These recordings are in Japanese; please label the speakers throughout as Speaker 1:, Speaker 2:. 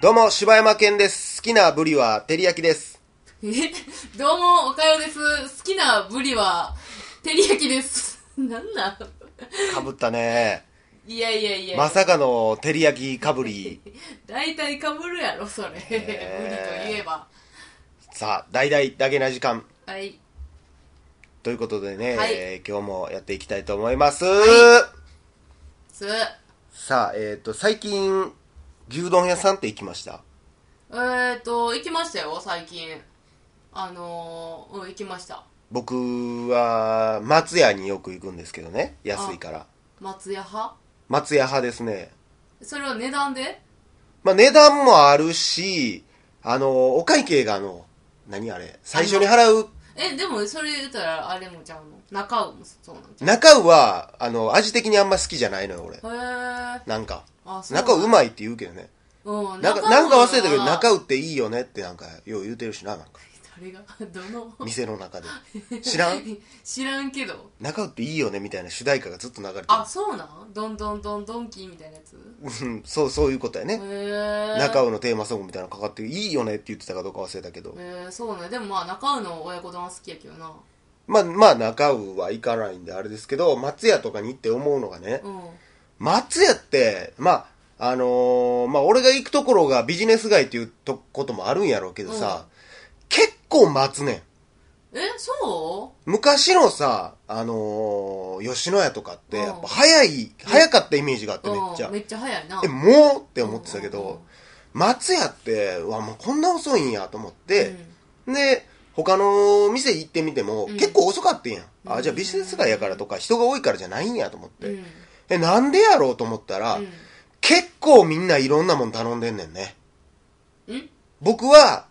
Speaker 1: どうも、柴山健です。好きなブリは、照り焼きです。
Speaker 2: えどうも、おかよです。好きなブリは、照り焼きです。なんなん
Speaker 1: かぶったね。
Speaker 2: いやいやいや、
Speaker 1: まさかの、照り焼きかぶり。
Speaker 2: 大体かぶるやろ、それ。ブリとい
Speaker 1: え
Speaker 2: えば。
Speaker 1: さあ、大々だけな時間。
Speaker 2: はい。
Speaker 1: ということでね、
Speaker 2: はい
Speaker 1: えー今日もやっていきたいと思います。
Speaker 2: はす、え
Speaker 1: さあ、えっ、と、最近、牛丼屋さんって行きました。
Speaker 2: ーと、行きましたよ、最近。あのー、うん、行きました。
Speaker 1: 僕は、松屋によく行くんですけどね。安いから。
Speaker 2: 松屋派
Speaker 1: 松屋派ですね。
Speaker 2: それは値段で
Speaker 1: まあ、値段もあるし、あの、お会計があの、何あれ、最初に払う
Speaker 2: え、でも、それ言ったら、あれもちゃうの中尾もそうなんちゃ
Speaker 1: 中尾は、あの、味的にあんま好きじゃないのよ、俺。
Speaker 2: うへー。
Speaker 1: なんか。
Speaker 2: あ、そうなんだ
Speaker 1: 中尾うまいって言うけどね。
Speaker 2: うん、
Speaker 1: なんか、なんか忘れたけど、
Speaker 2: 尾
Speaker 1: 中尾っていいよねってなんか、よう言うてるしな、なんか。
Speaker 2: 誰が、どの
Speaker 1: 店の 中で。知らん
Speaker 2: 知らんけど。
Speaker 1: 中尾っていいよねみたいな主題歌がずっと流れてる
Speaker 2: あ、そうなんどんどんどんどんキーみたいなやつ
Speaker 1: うん。そう、そういうことや
Speaker 2: へ
Speaker 1: ね。
Speaker 2: ー
Speaker 1: 中尾のテーマソングみたいなのかかって、いいよねって言ってたかどうか忘れたけど。
Speaker 2: えー、そうねでもまあ中尾の親子丼は好きやけどな
Speaker 1: まあ、まあ、中尾は行かないんであれですけど、松屋とかに行って思うのがね、
Speaker 2: うんうん
Speaker 1: 松屋って、まあ、あのーまあ、俺が行くところがビジネス街っていうとこともあるんやろうけどさ、結構待つねん。
Speaker 2: えそ
Speaker 1: 昔のさ、あのー吉野家とかって、
Speaker 2: うん
Speaker 1: やっぱ早い、早かったイメージがあって
Speaker 2: う
Speaker 1: めっちゃ
Speaker 2: うん、め。っちゃ早いな
Speaker 1: え、もうって思ってたけ
Speaker 2: うんうんうん
Speaker 1: ど、松屋って、うわ、もうこんな遅いんやと思っ
Speaker 2: う
Speaker 1: て、
Speaker 2: ん
Speaker 1: で、他の店行ってみても、
Speaker 2: うん
Speaker 1: 結構遅かったんやん。あ、
Speaker 2: うん
Speaker 1: じゃあビジネス街やからとか人が多いからじゃないんやと思っ
Speaker 2: う
Speaker 1: て。
Speaker 2: ん
Speaker 1: え、なんでやろうと思ったら、結構みんないろんなもん頼んでんねんね。
Speaker 2: うんうん
Speaker 1: 僕は、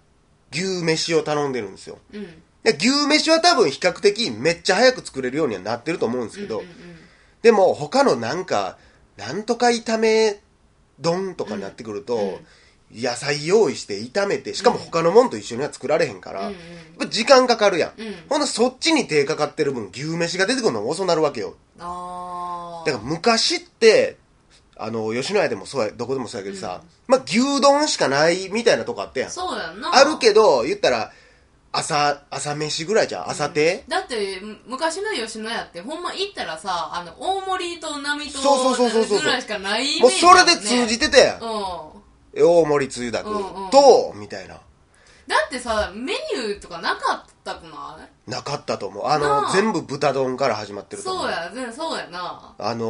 Speaker 1: 牛飯を頼んでるんですよ。
Speaker 2: うん
Speaker 1: で牛飯は多分比較的めっちゃ早く作れるようにはなってると思うんですけど、
Speaker 2: うんうんうん
Speaker 1: でも他のなんか、なんとか炒め丼とかになってくる
Speaker 2: うん
Speaker 1: と、野菜用意して炒めて、しかも他のもんと一緒には作られへんから、
Speaker 2: うん
Speaker 1: やっぱ時間かかるやん。
Speaker 2: うん
Speaker 1: ほんなそっちに手かかってる分、牛飯が出てくるのが遅なるわけよ。
Speaker 2: あ
Speaker 1: だから昔って、あの、吉野家でもそうや、どこでもそうやけどさ、まあ、牛丼しかないみたいなとこあったや
Speaker 2: ら
Speaker 1: ん。
Speaker 2: そうやんな
Speaker 1: あるけど、言ったら、朝、朝飯ぐらいじゃん朝
Speaker 2: う
Speaker 1: 手
Speaker 2: んだってむ昔の吉野家ってほんま行ったらさあの大盛りと並と
Speaker 1: そうそうそうそうそう
Speaker 2: ぐらいしかないイメ
Speaker 1: も
Speaker 2: ー
Speaker 1: う
Speaker 2: ジ
Speaker 1: それで通じ
Speaker 2: て
Speaker 1: てたやん
Speaker 2: う。ん
Speaker 1: 大盛りつゆだく
Speaker 2: うんうんうん
Speaker 1: と、みたいな。
Speaker 2: だってさメニューとかなかったくない
Speaker 1: なかったと思う。あ
Speaker 2: な
Speaker 1: の、
Speaker 2: あ
Speaker 1: 全部豚丼から始まってると思う。
Speaker 2: そうや全然そうやな
Speaker 1: あの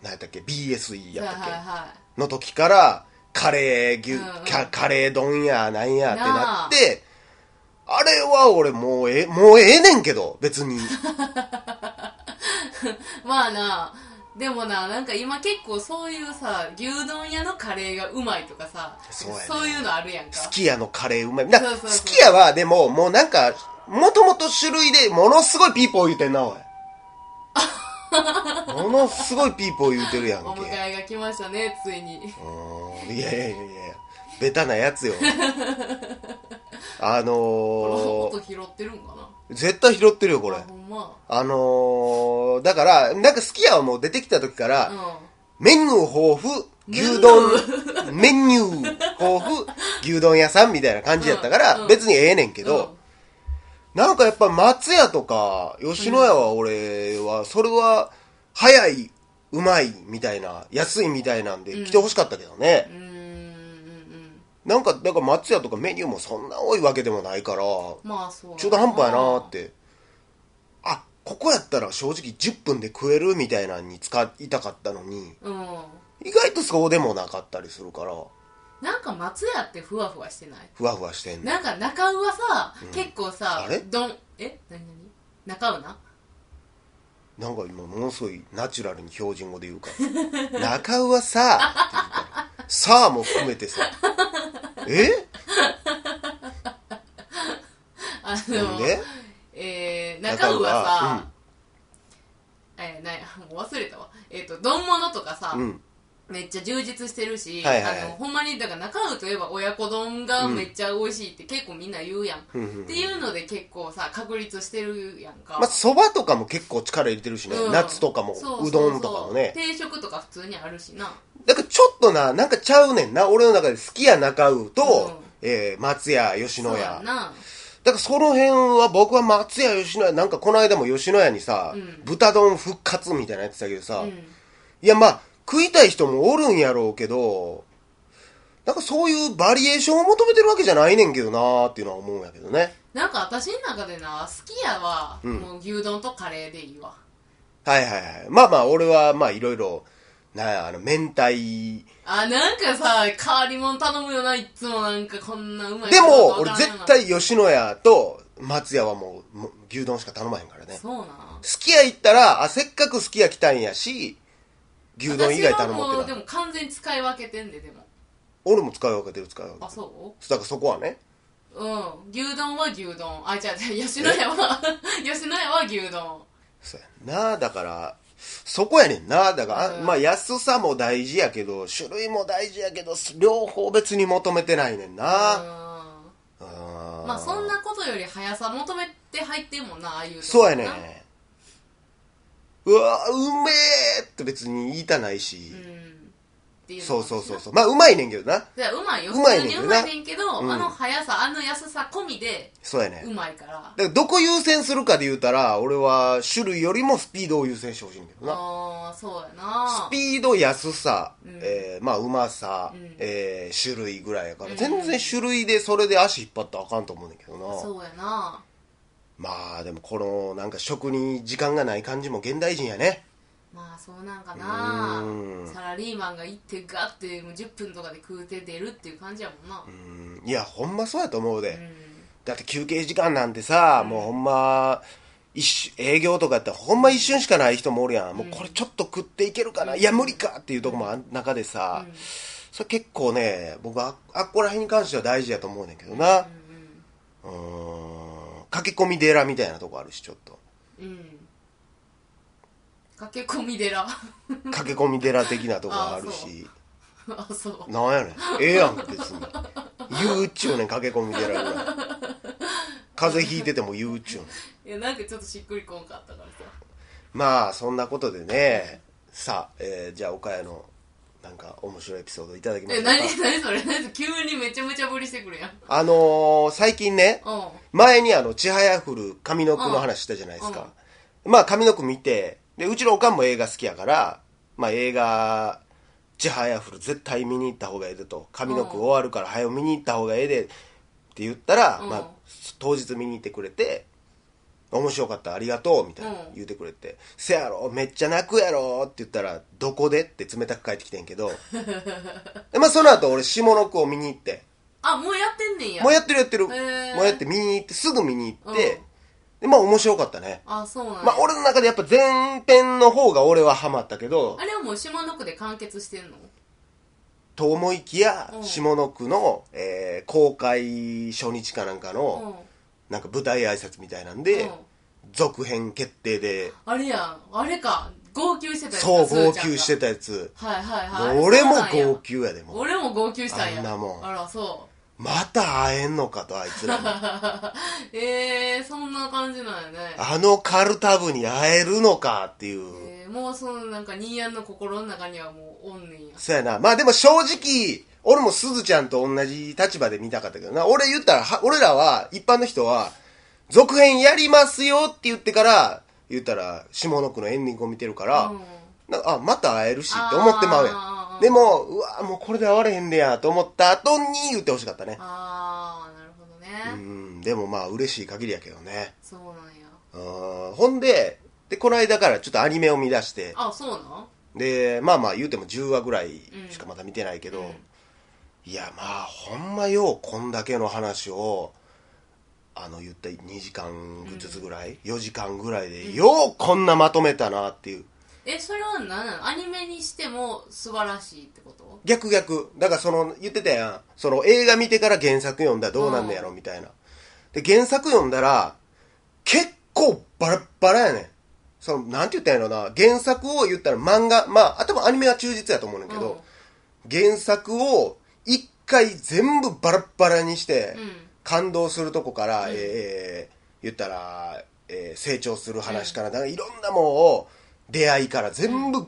Speaker 1: ー、何やったっけ ?BSE やったっけ、
Speaker 2: はいは
Speaker 1: の時から、カレー牛、
Speaker 2: うんうん
Speaker 1: キャカレー丼や、なんやって
Speaker 2: なあ
Speaker 1: なって、あれは俺もうええ、もうええねんけど、別 に。
Speaker 2: いまあなでもななんか今結構そういうさ牛丼屋のカレーがうまいとかさ
Speaker 1: そうやね
Speaker 2: いうのあるやんか
Speaker 1: すき家のカレーうまい。だ
Speaker 2: そうそうそう
Speaker 1: すき家はでも、もうなんか、もともと種類でものすごいピーポー言うてんな、 おい。ものすごいピーポー言うてるやんけ。
Speaker 2: お迎えが来ましたねついに
Speaker 1: うーんいやいやいやいやベタなやつ よあの
Speaker 2: 音拾ってるんかな
Speaker 1: ー、絶対拾ってるよこれ
Speaker 2: あほんま
Speaker 1: あのー、だからなんかすき家はもう出てきた時から、
Speaker 2: う
Speaker 1: メニュー豊富牛丼メニュー豊富牛丼屋さんみたいな感じやったから、
Speaker 2: うんうん
Speaker 1: 別にええねんけ
Speaker 2: ん
Speaker 1: ど、なんかやっぱ松屋とか吉野家は俺はそれは早いうまいみたいな安いみたいなんで来てほしかったけどね、
Speaker 2: うんうーんうん
Speaker 1: なんか、だから松屋とかメニューもそんな多いわけでもないから、
Speaker 2: うんまあそうやな
Speaker 1: 中途半端やなーって。あ、ここやったら正直10分で食えるみたいなのに使いたかったのに、
Speaker 2: うん
Speaker 1: 意外とそうでもなかったりするから、
Speaker 2: なんか松屋ってふわふわしてない
Speaker 1: ふわふわしてんね
Speaker 2: なんか中尾はさ、結構さ
Speaker 1: あれ
Speaker 2: どんえ何何中尾な
Speaker 1: なんか今ものすごいナチュラルに標準語で言うから。中尾はさ、って言うから。さあも含めてさ。え
Speaker 2: あ
Speaker 1: なん
Speaker 2: の
Speaker 1: で
Speaker 2: えー、中尾は
Speaker 1: 中、
Speaker 2: さえー、なんや もう忘れたわえっ、と丼物とかさ、
Speaker 1: うん。
Speaker 2: めっちゃ充実してるし、
Speaker 1: はいはいはい
Speaker 2: あのほんまにだから中尾といえば親子丼がめっちゃ美味しいって結構みんな言うやん、
Speaker 1: うんうん
Speaker 2: っていうので結構さ確立してるやんか、
Speaker 1: まあ、蕎麦とかも結構力入れてるしね。
Speaker 2: うん
Speaker 1: 夏とかも
Speaker 2: そうそうそう
Speaker 1: うどんとかもね。
Speaker 2: 定食とか普通にあるしな
Speaker 1: だからちょっとな、なんかちゃうねんな。俺の中で好きや中尾と、
Speaker 2: うん
Speaker 1: えー松屋、吉野
Speaker 2: そう
Speaker 1: 家
Speaker 2: や。な
Speaker 1: だからその辺は僕は松屋、吉野家、なんかこの間も吉野家にさ、
Speaker 2: うん
Speaker 1: 豚丼復活みたいなやつだけどさ、
Speaker 2: うん
Speaker 1: いやまあ、食いたい人もおるんやろうけど、なんかそういうバリエーションを求めてるわけじゃないねんけどなーっていうのは思うんやけどね。
Speaker 2: なんか私の中でな好きやは、
Speaker 1: うん
Speaker 2: もう牛丼とカレーでいいわ
Speaker 1: はいはいはい。まあまあ、俺はまあいろいろ、なんやあの、明太、
Speaker 2: あなんかさ変わりもん頼むよないっつもなんかこんなうまい
Speaker 1: で
Speaker 2: こと
Speaker 1: も、
Speaker 2: わか
Speaker 1: 俺
Speaker 2: らんよな
Speaker 1: 絶対吉野家と松屋はもう、もう牛丼しか頼まへんからね。
Speaker 2: そうな
Speaker 1: すき家行ったら、あ、せっかくすき家来たんやし、牛丼以外頼もう
Speaker 2: 私はも
Speaker 1: っ
Speaker 2: う
Speaker 1: てな。
Speaker 2: でも完全に使い分けてんででも
Speaker 1: 俺も使い分けてる使い分けて
Speaker 2: あ
Speaker 1: る。
Speaker 2: そ
Speaker 1: だからそこはね。
Speaker 2: ううん牛丼は牛丼あ違う違う吉野家は吉野家は牛丼
Speaker 1: そうやなだから、そこやねんなだから、あ
Speaker 2: うん
Speaker 1: まあ安さも大事やけど、種類も大事やけど、両方別に求めてないねんな、
Speaker 2: うん
Speaker 1: うん、
Speaker 2: まあそんなことより速さ求めて入ってんもんなああいうの
Speaker 1: そうやねうわうめえって別に言いたないし
Speaker 2: う、んっていの
Speaker 1: そ
Speaker 2: も
Speaker 1: う
Speaker 2: あるし
Speaker 1: そうそ
Speaker 2: な
Speaker 1: うそうまあうまいねんけどな
Speaker 2: じゃあうまいよ
Speaker 1: うまいねんけ
Speaker 2: 普通に
Speaker 1: ど
Speaker 2: う
Speaker 1: な
Speaker 2: まいねんけど、
Speaker 1: うん
Speaker 2: あの速さあの安さ込みで
Speaker 1: そうやね
Speaker 2: うまいから、
Speaker 1: だからどこ優先するかで言うたら俺は種類よりもスピードを優先してほしいんだけどな
Speaker 2: ああそうやな
Speaker 1: スピード安さ、
Speaker 2: うん
Speaker 1: えーまあうまさ、
Speaker 2: うん
Speaker 1: えー種類ぐらいやから、
Speaker 2: うん
Speaker 1: 全然種類でそれで足引っ張ったらあかんと思うねんだけどな
Speaker 2: そうやな
Speaker 1: まあでもこのなんか食に時間がない感じも現代人やね
Speaker 2: まあそうなんかな
Speaker 1: うん
Speaker 2: サラリーマンが行ってガッてもう10分とかで食うて出るっていう感じやもんな
Speaker 1: うんいやほんまそうやと思うで、
Speaker 2: うん、
Speaker 1: だって休憩時間なんてさ、もうほんま一瞬営業とかってほんま一瞬しかない人もおるやん、もうこれちょっと食っていけるかな、いや無理かっていうとこもあん中でさ、
Speaker 2: うん
Speaker 1: それ結構ね僕はああっこら辺に関しては大事やと思うねんけどなうーん駆け込み寺みたいなとこあるしちょっと
Speaker 2: うんうん駆け込み寺
Speaker 1: 駆け込み寺的なとこあるし
Speaker 2: あそう
Speaker 1: なんやねんええやん別に言うっちゅうねん駆け込み寺ぐらい風邪ひいてても言うっちゅうねん
Speaker 2: いやなんかちょっとしっくりこんかったからさ
Speaker 1: まあそんなことでねさあ、えーじゃあ岡谷のなんか面白いエピソードいただきまし
Speaker 2: え
Speaker 1: ょうか
Speaker 2: 何何それ何急にめちゃめちゃぶりしてくるやん
Speaker 1: あのー最近ね
Speaker 2: うん
Speaker 1: 前にあのちはやふる上の句の話したじゃないですか、まあ上の句見てでうちのおかんも映画好きやから、まあ、映画ちはやふる絶対見に行った方がええでと上の句
Speaker 2: うん
Speaker 1: 終わるから早う見に行った方がええでって言ったら、
Speaker 2: うん
Speaker 1: まあ、当日見に行ってくれて面白かったありがとうみたいな
Speaker 2: うん
Speaker 1: 言うてくれて「せやろめっちゃ泣くやろ」って言ったら「どこで?」って冷たく返ってきてん けどで、まあ、その後俺下の句を見に行って
Speaker 2: あもうやってんねんや
Speaker 1: もうやってるやってる、
Speaker 2: へー
Speaker 1: もうやって見に行ってすぐ見に行って、
Speaker 2: うん
Speaker 1: でまあ面白かったね、
Speaker 2: あそうなんや、
Speaker 1: まあ俺の中でやっぱ前編の方が俺はハマったけど
Speaker 2: あれはもう島の区で完結してんの
Speaker 1: と思いきや
Speaker 2: うん
Speaker 1: 下の句の、えー公開初日かなんか
Speaker 2: う
Speaker 1: の、
Speaker 2: ん
Speaker 1: なんか舞台挨拶みたいなんで、
Speaker 2: うん
Speaker 1: 続編決定で
Speaker 2: あれやんあれか号泣してたやつか
Speaker 1: そう
Speaker 2: すー
Speaker 1: 号
Speaker 2: ちゃんが
Speaker 1: 泣してたやつ
Speaker 2: はいはいはい
Speaker 1: もう俺も
Speaker 2: そうなんや
Speaker 1: 号泣やでもう
Speaker 2: 俺も号泣したんや
Speaker 1: あんなもん
Speaker 2: あらそ
Speaker 1: また会えんのかとあいつ らに
Speaker 2: う えー、そんな感じなんやね
Speaker 1: あのカルタ部に会えるのかっていう、
Speaker 2: えー、もうそのなんかニーヤンの心の中にはもうおんねんや
Speaker 1: そうやな。まあでも正直、俺もすずちゃんと同じ立場で見たかったけどな。俺言ったら、は俺らは、一般の人は、続編やりますよって言ってから、言ったら、下の句のエンディングを見てるから、
Speaker 2: うん
Speaker 1: なあ、また会えるしって思ってまうや
Speaker 2: あ
Speaker 1: ん。
Speaker 2: ー
Speaker 1: でも、うわもうこれで会われへんねやと思った後に言ってほしかったね。
Speaker 2: あーなるほ
Speaker 1: う
Speaker 2: どね、
Speaker 1: ん、でもまあ嬉しい限りやけどね。
Speaker 2: そうなんや
Speaker 1: うんほんで、で、この間からちょっとアニメを見出して、
Speaker 2: あそうなん
Speaker 1: で、まあまあ言うても10話ぐらいしかまだ見てないけど、
Speaker 2: うん
Speaker 1: いやまあほんまようこんだけの話をあの言った2時間ずつぐらい、4時間ぐらいでようこんなまとめたなっていう
Speaker 2: えそれは何なのアニメにしても素晴らしいってこと
Speaker 1: 逆逆だからその言ってたやんその映画見てから原作読んだらどうなんねやろみたいなで原作読んだら結構バラッバラやねんそのなんて言ったんやろな原作を言ったら漫画まああともアニメは忠実やと思うねんだけど、原作を一回全部バラッバラにして、
Speaker 2: うん、うん
Speaker 1: 感動するとこから、
Speaker 2: うん
Speaker 1: えーえー言ったら、えー成長する話から、だからいろんなもんを出会いから全部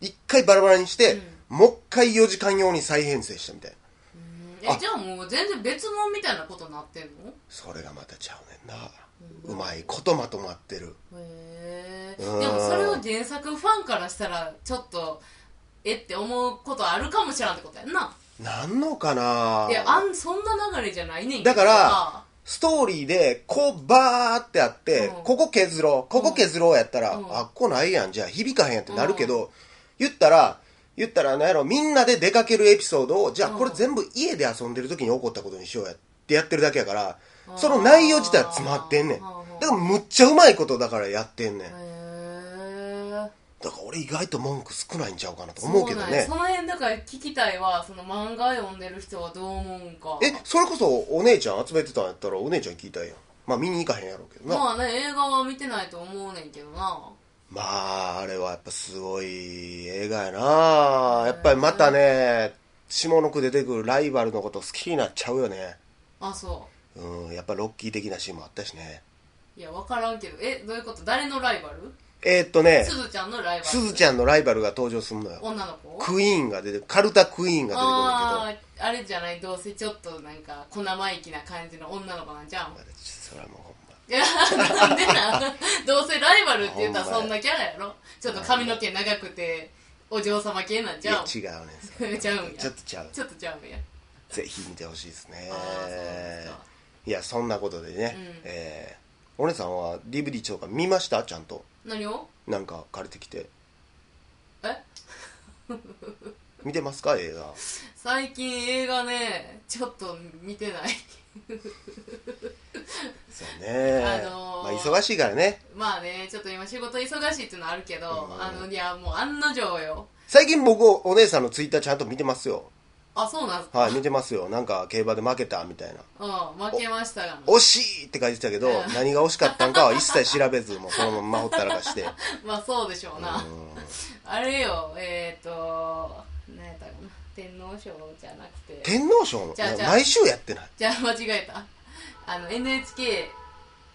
Speaker 1: 一回バラバラにして、
Speaker 2: うん
Speaker 1: もう一回4時間用に再編成したみたいな。
Speaker 2: え
Speaker 1: あ
Speaker 2: じゃあもう全然別物みたいなことになってんの
Speaker 1: それがまたちゃうねんな。うまいことまとまってる。
Speaker 2: へえ
Speaker 1: うん
Speaker 2: でもそれを原作ファンからしたらちょっとえって思うことあるかもしらんってことやんな
Speaker 1: なんのかない
Speaker 2: やあんそんな流れじゃないねんけ
Speaker 1: だ
Speaker 2: どさ
Speaker 1: から、ストーリーで、こう、バーってあって、
Speaker 2: うん
Speaker 1: ここ削ろう、ここ削ろうやったら、
Speaker 2: うん
Speaker 1: あっこないやん、じゃあ響かへんやんってなるけど、言ったら、言ったら、なんやろ、みんなで出かけるエピソードを、じゃあ
Speaker 2: うん
Speaker 1: これ全部家で遊んでる時に起こったことにしようやってやってるだけやから
Speaker 2: う、ん
Speaker 1: その内容自体は詰まってんねん。
Speaker 2: う
Speaker 1: だ
Speaker 2: ん
Speaker 1: からむっちゃうまいことだからやってんねん。
Speaker 2: へえ
Speaker 1: だから俺意外と文句少ないんちゃうかなと思うけどね
Speaker 2: そ。うなんやその辺だから聞きたいわその漫画読んでる人はどう思うんか
Speaker 1: え、それこそお姉ちゃん集めてたんやったらお姉ちゃん聞いたんやん。まあ見に行かへんやろうけどな。
Speaker 2: まあね映画は見てないと思うねんけどな
Speaker 1: まあ、あれはやっぱすごい映画やなやっぱりまたね、下の句出てくるライバルのこと好きになっちゃうよね。
Speaker 2: あそ
Speaker 1: うん、やっぱロッキー的なシーンもあったしね。
Speaker 2: ういや分からんけどえどういうこと誰のライバル
Speaker 1: えー、っとね
Speaker 2: す、ずちゃんのライバル
Speaker 1: すずちゃんのライバルが登場するのよ。
Speaker 2: 女の子
Speaker 1: クイーンが出て、カルタクイーンが出てくるんだ
Speaker 2: ああーあれじゃないどうせちょっとなんか小生意気な感じの女の子なんじゃん
Speaker 1: けど、それはもうほんま。
Speaker 2: いやなんでなんどうせライバルって言ったらそんなキャラやろちょっと髪の毛長くてお嬢様系なん
Speaker 1: い
Speaker 2: じゃ
Speaker 1: や
Speaker 2: ん
Speaker 1: 違うねそれ
Speaker 2: ちゃうんや
Speaker 1: ちょっとちゃう。
Speaker 2: ちょっとちゃうんや
Speaker 1: ぜひ見てほしいですね
Speaker 2: あーそうですか。
Speaker 1: いや、そんなことでね、
Speaker 2: うん
Speaker 1: えー、お姉さんは DVD とか見ましたちゃんと。
Speaker 2: 何を
Speaker 1: なんか借りてきて。
Speaker 2: え
Speaker 1: 見てますか映画
Speaker 2: 最近映画ねちょっと見てない
Speaker 1: そうね、
Speaker 2: あのー
Speaker 1: まあ忙しいからね
Speaker 2: まあねちょっと今仕事忙しいっていうのはあるけど
Speaker 1: うん
Speaker 2: あのいやもう案の定よ
Speaker 1: 最近僕お姉さんのツイッターちゃんと見てますよ
Speaker 2: あそうなんすか
Speaker 1: はい見てますよなんか競馬で負けたみたいな
Speaker 2: うん負けましたがな
Speaker 1: 惜しいって書いてたけど、
Speaker 2: うん
Speaker 1: 何が惜しかったんかは一切調べずもうそのままほったらかして、
Speaker 2: まあそうでしょうな、
Speaker 1: うん
Speaker 2: あれよ、えっ、ー、と、何やったかな、天皇賞じゃなくて、
Speaker 1: 天皇賞の
Speaker 2: じゃあじゃあ
Speaker 1: 毎週やってない
Speaker 2: じゃあ間違えた、あの NHK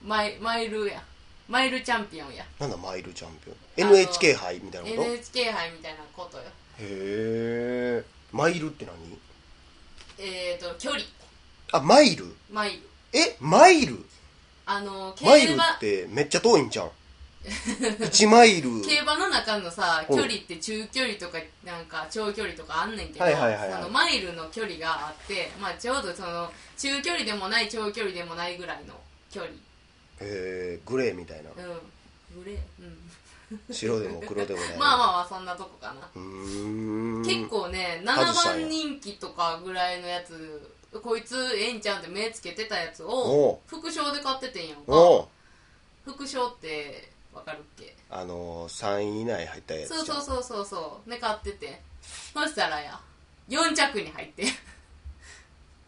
Speaker 2: マイマイルや、マイルチャンピオンや、
Speaker 1: なんだマイルチャンピ
Speaker 2: あ
Speaker 1: オン
Speaker 2: の
Speaker 1: NHK 杯みたいなことへ
Speaker 2: NHK 杯みたいなことよ、
Speaker 1: えマイルって何
Speaker 2: えっ、ー、と、距離、
Speaker 1: あマイル
Speaker 2: マイル、
Speaker 1: えマイル
Speaker 2: あの、競
Speaker 1: マイル
Speaker 2: 馬
Speaker 1: っ、てめっちゃ遠いん じゃん1マイル
Speaker 2: 競馬の中のさ、
Speaker 1: うん
Speaker 2: 距離って中距離とか、なんか長距離とかあんねんけど、
Speaker 1: はいはいはいはい
Speaker 2: そのマイルの距離があって、まあちょうどその、中距離でもない長距離でもないぐらいの距離、
Speaker 1: えー、グレーみたいな
Speaker 2: うん、グレー、うん。
Speaker 1: 白でも黒でもない
Speaker 2: まあまあまあそんなとこかな、
Speaker 1: うーん
Speaker 2: 結構ね
Speaker 1: 外したんや
Speaker 2: 7番人気とかぐらいのやつこいつええんちゃんって目つけてたやつ
Speaker 1: おう
Speaker 2: を副賞で買っててんやん
Speaker 1: お
Speaker 2: か
Speaker 1: う
Speaker 2: 副賞ってわかるっけ
Speaker 1: あのー、3位以内入ったやつじゃ
Speaker 2: そ
Speaker 1: ん
Speaker 2: うそうそうそうそうね買っててそしたらや4着に入って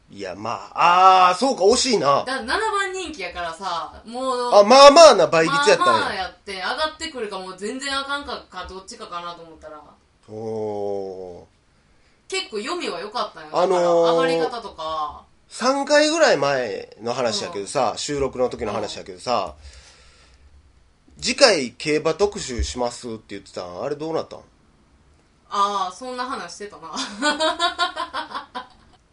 Speaker 1: いやまあああそうか惜しいな
Speaker 2: だから7番人気やからさもう
Speaker 1: あまあまあな倍率
Speaker 2: ま
Speaker 1: や
Speaker 2: あ
Speaker 1: ったんや、
Speaker 2: まあやって上がってくるかもう全然あかんかかどっちかかなと思ったら
Speaker 1: おお
Speaker 2: 結構読みは良かったんや
Speaker 1: あのー
Speaker 2: だから上がり方とか
Speaker 1: 3回ぐらい前の話やけどさ、収録の時の話やけどさ、次回競馬特集しますって言ってたんあれどうなったん
Speaker 2: ああそんな話してたな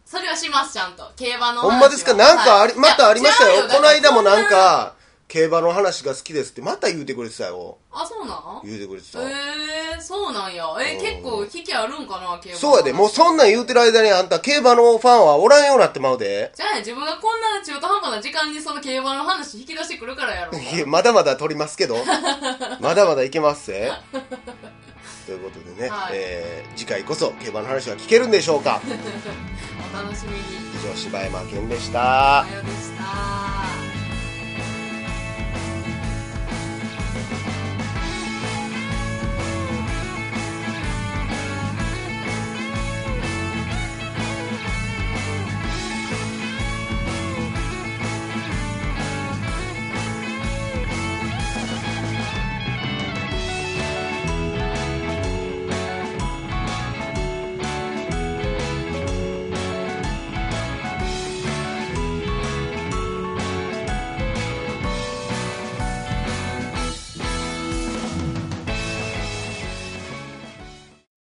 Speaker 2: それはしますちゃんと競馬の話は
Speaker 1: ほんまですかなんかあり、
Speaker 2: はい
Speaker 1: またありました
Speaker 2: いや
Speaker 1: よ
Speaker 2: 違う
Speaker 1: この間もなん
Speaker 2: だって
Speaker 1: か競馬の話が好きですってまた言うてくれてたよ
Speaker 2: そんなあそうなん
Speaker 1: 言うてくれてた、
Speaker 2: えー、そうなんやえ
Speaker 1: うん
Speaker 2: 結構引きあるんかな競馬の話
Speaker 1: そうやで、もうそんなん言うてる間にあんた競馬のファンはおらんようになってまうで。
Speaker 2: じゃあ自分がこんな中途半端な時間にその競馬の話引き出してくるからやろ
Speaker 1: いやまだまだ取ります けど。まだまだいけますぜ。ということでね、
Speaker 2: はい
Speaker 1: えー次回こそ競馬の話は聞けるんでしょうか。
Speaker 2: お楽しみに
Speaker 1: 以上、柴山健でし
Speaker 2: お
Speaker 1: た
Speaker 2: は。ようでした